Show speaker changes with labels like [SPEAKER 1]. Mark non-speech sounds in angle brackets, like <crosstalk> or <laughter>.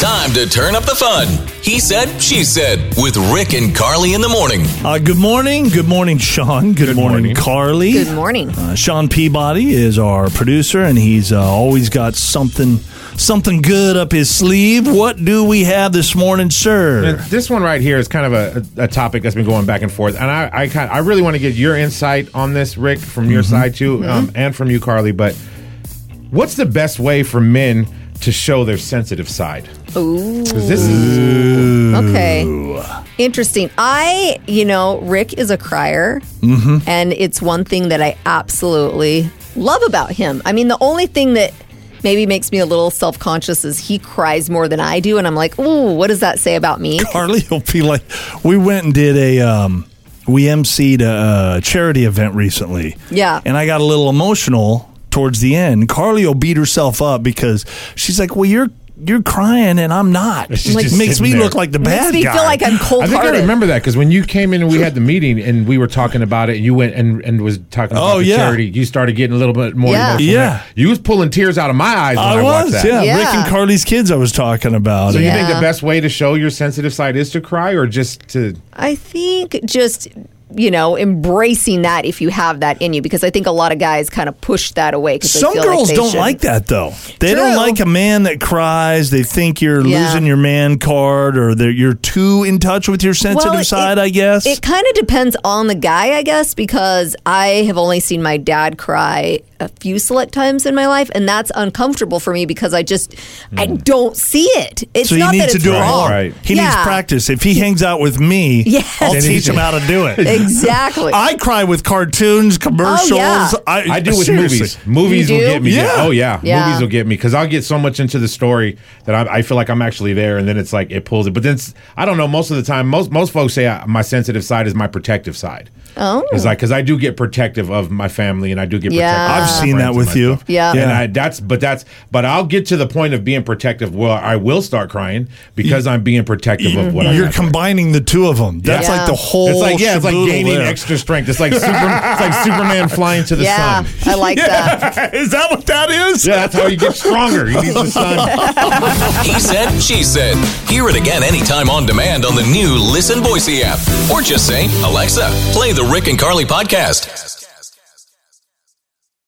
[SPEAKER 1] Time to turn up the fun. He said, she said, with Rick and Carly in the morning.
[SPEAKER 2] Uh, good morning. Good morning, Sean. Good, morning,
[SPEAKER 3] morning.
[SPEAKER 2] Carly.
[SPEAKER 4] Good morning.
[SPEAKER 2] Uh, Sean Peabody is our producer, and he's uh, always got something something good up his sleeve. What do we have this morning,
[SPEAKER 3] And
[SPEAKER 2] sir?
[SPEAKER 3] This one right here is kind of a, a topic that's been going back and forth, and I I, kind I really want to get your insight on this, Rick, from your
[SPEAKER 4] Mm-hmm.
[SPEAKER 3] side too, um, and from you, Carly. But what's the best way for men to show their sensitive side?
[SPEAKER 4] Ooh.
[SPEAKER 3] 'Cause this is
[SPEAKER 4] Okay. Interesting. I, you know, Rick is a crier,
[SPEAKER 2] Mm-hmm.
[SPEAKER 4] and it's one thing that I absolutely love about him. I mean, the only thing that maybe makes me a little self conscious is he cries more than I do, and I'm like, ooh, what does that say
[SPEAKER 2] <coughs>
[SPEAKER 4] about me?
[SPEAKER 2] Carly <laughs> will be like, we went and did a. Um, we emceed a, a charity event recently.
[SPEAKER 4] Yeah.
[SPEAKER 2] And I got a little emotional towards the end. Carly will beat herself up because she's like, well, you're. You're crying and I'm not.
[SPEAKER 3] She's
[SPEAKER 2] Like,
[SPEAKER 3] just
[SPEAKER 2] makes
[SPEAKER 3] sitting
[SPEAKER 2] me
[SPEAKER 3] there.
[SPEAKER 2] look like the
[SPEAKER 4] Makes
[SPEAKER 2] bad
[SPEAKER 4] me
[SPEAKER 2] guy.
[SPEAKER 4] feel like
[SPEAKER 2] <laughs>
[SPEAKER 4] I'm cold
[SPEAKER 3] I think I
[SPEAKER 4] hearted.
[SPEAKER 3] remember that because when you came in and we had the meeting and we were talking about it, and you went and, and was talking about
[SPEAKER 2] Oh,
[SPEAKER 3] the
[SPEAKER 2] yeah.
[SPEAKER 3] charity. You started getting a little bit more
[SPEAKER 4] Yeah.
[SPEAKER 3] emotional.
[SPEAKER 2] Yeah.
[SPEAKER 3] you was pulling tears out of my eyes when I,
[SPEAKER 2] I
[SPEAKER 3] watched
[SPEAKER 2] was,
[SPEAKER 3] that.
[SPEAKER 2] yeah.
[SPEAKER 4] Yeah.
[SPEAKER 2] Rick and Carly's kids, I was talking about.
[SPEAKER 3] So
[SPEAKER 2] And
[SPEAKER 3] you think
[SPEAKER 4] Yeah.
[SPEAKER 3] the best way to show your sensitive side is to cry, or just to?
[SPEAKER 4] I think just you know embracing that if you have that in you, because I think a lot of guys kind of push that away. 'cause they
[SPEAKER 2] Some
[SPEAKER 4] feel
[SPEAKER 2] girls
[SPEAKER 4] they
[SPEAKER 2] don't
[SPEAKER 4] should.
[SPEAKER 2] like that, though. They don't
[SPEAKER 4] True.
[SPEAKER 2] like a man that cries. They think you're
[SPEAKER 4] Yeah.
[SPEAKER 2] losing your man card or that you're too in touch with your sensitive
[SPEAKER 4] it-
[SPEAKER 2] side, I guess.
[SPEAKER 4] It kind of depends on the guy, I guess, because I have only seen my dad cry a few select times in my life, and that's uncomfortable for me because I just I don't see it. It's
[SPEAKER 2] Hmm. so he
[SPEAKER 4] not that
[SPEAKER 2] needs to
[SPEAKER 4] it's
[SPEAKER 2] do it
[SPEAKER 4] wrong.
[SPEAKER 2] more.
[SPEAKER 3] Right.
[SPEAKER 2] He needs
[SPEAKER 4] Yeah.
[SPEAKER 2] practice. If he hangs out with me,
[SPEAKER 4] Yes.
[SPEAKER 2] I'll
[SPEAKER 4] Then
[SPEAKER 3] he
[SPEAKER 2] teach him
[SPEAKER 3] should-
[SPEAKER 2] how to do it.
[SPEAKER 4] <laughs>
[SPEAKER 2] <laughs>
[SPEAKER 4] Exactly. Oh,
[SPEAKER 2] I cry with cartoons, commercials.
[SPEAKER 4] <laughs>
[SPEAKER 3] I do with
[SPEAKER 2] seriously.
[SPEAKER 3] movies. Movies
[SPEAKER 4] You
[SPEAKER 3] will
[SPEAKER 4] do?
[SPEAKER 3] get me.
[SPEAKER 2] Yeah.
[SPEAKER 3] Oh yeah.
[SPEAKER 4] Yeah.
[SPEAKER 3] movies will get me because I'll get so much into the story that I, I feel like I'm actually there, and then it's like it pulls it. But then it's- I don't know. Most of the time, most most folks say I, my sensitive side is my protective side.
[SPEAKER 4] Oh.
[SPEAKER 3] it's like because I do get protective of my family, and I do get
[SPEAKER 4] Yeah.
[SPEAKER 3] protective. of
[SPEAKER 2] I've
[SPEAKER 3] my
[SPEAKER 2] seen
[SPEAKER 3] friends
[SPEAKER 2] that
[SPEAKER 3] and
[SPEAKER 2] with
[SPEAKER 3] my
[SPEAKER 2] you.
[SPEAKER 3] stuff.
[SPEAKER 4] Yeah.
[SPEAKER 3] And I, that's but that's but I'll get to the point of being protective where I will start crying because I'm being protective of what I'm
[SPEAKER 2] You're
[SPEAKER 3] not-
[SPEAKER 2] combining the two of them. That's
[SPEAKER 4] Yeah.
[SPEAKER 2] like the
[SPEAKER 4] It's
[SPEAKER 2] whole.
[SPEAKER 3] It's like yeah, it's like
[SPEAKER 2] shaboodle
[SPEAKER 3] gaining
[SPEAKER 2] there.
[SPEAKER 3] extra strength. It's like super, it's like Superman flying to the
[SPEAKER 4] yeah,
[SPEAKER 3] sun.
[SPEAKER 2] <laughs>
[SPEAKER 4] I like that.
[SPEAKER 2] Is that what that is?
[SPEAKER 3] Yeah, that's how you get stronger. You need the sun.
[SPEAKER 1] He said, she said. Hear it again anytime on demand on the new Listen Boise app. Or just say, Alexa, play the Rick and Carly podcast.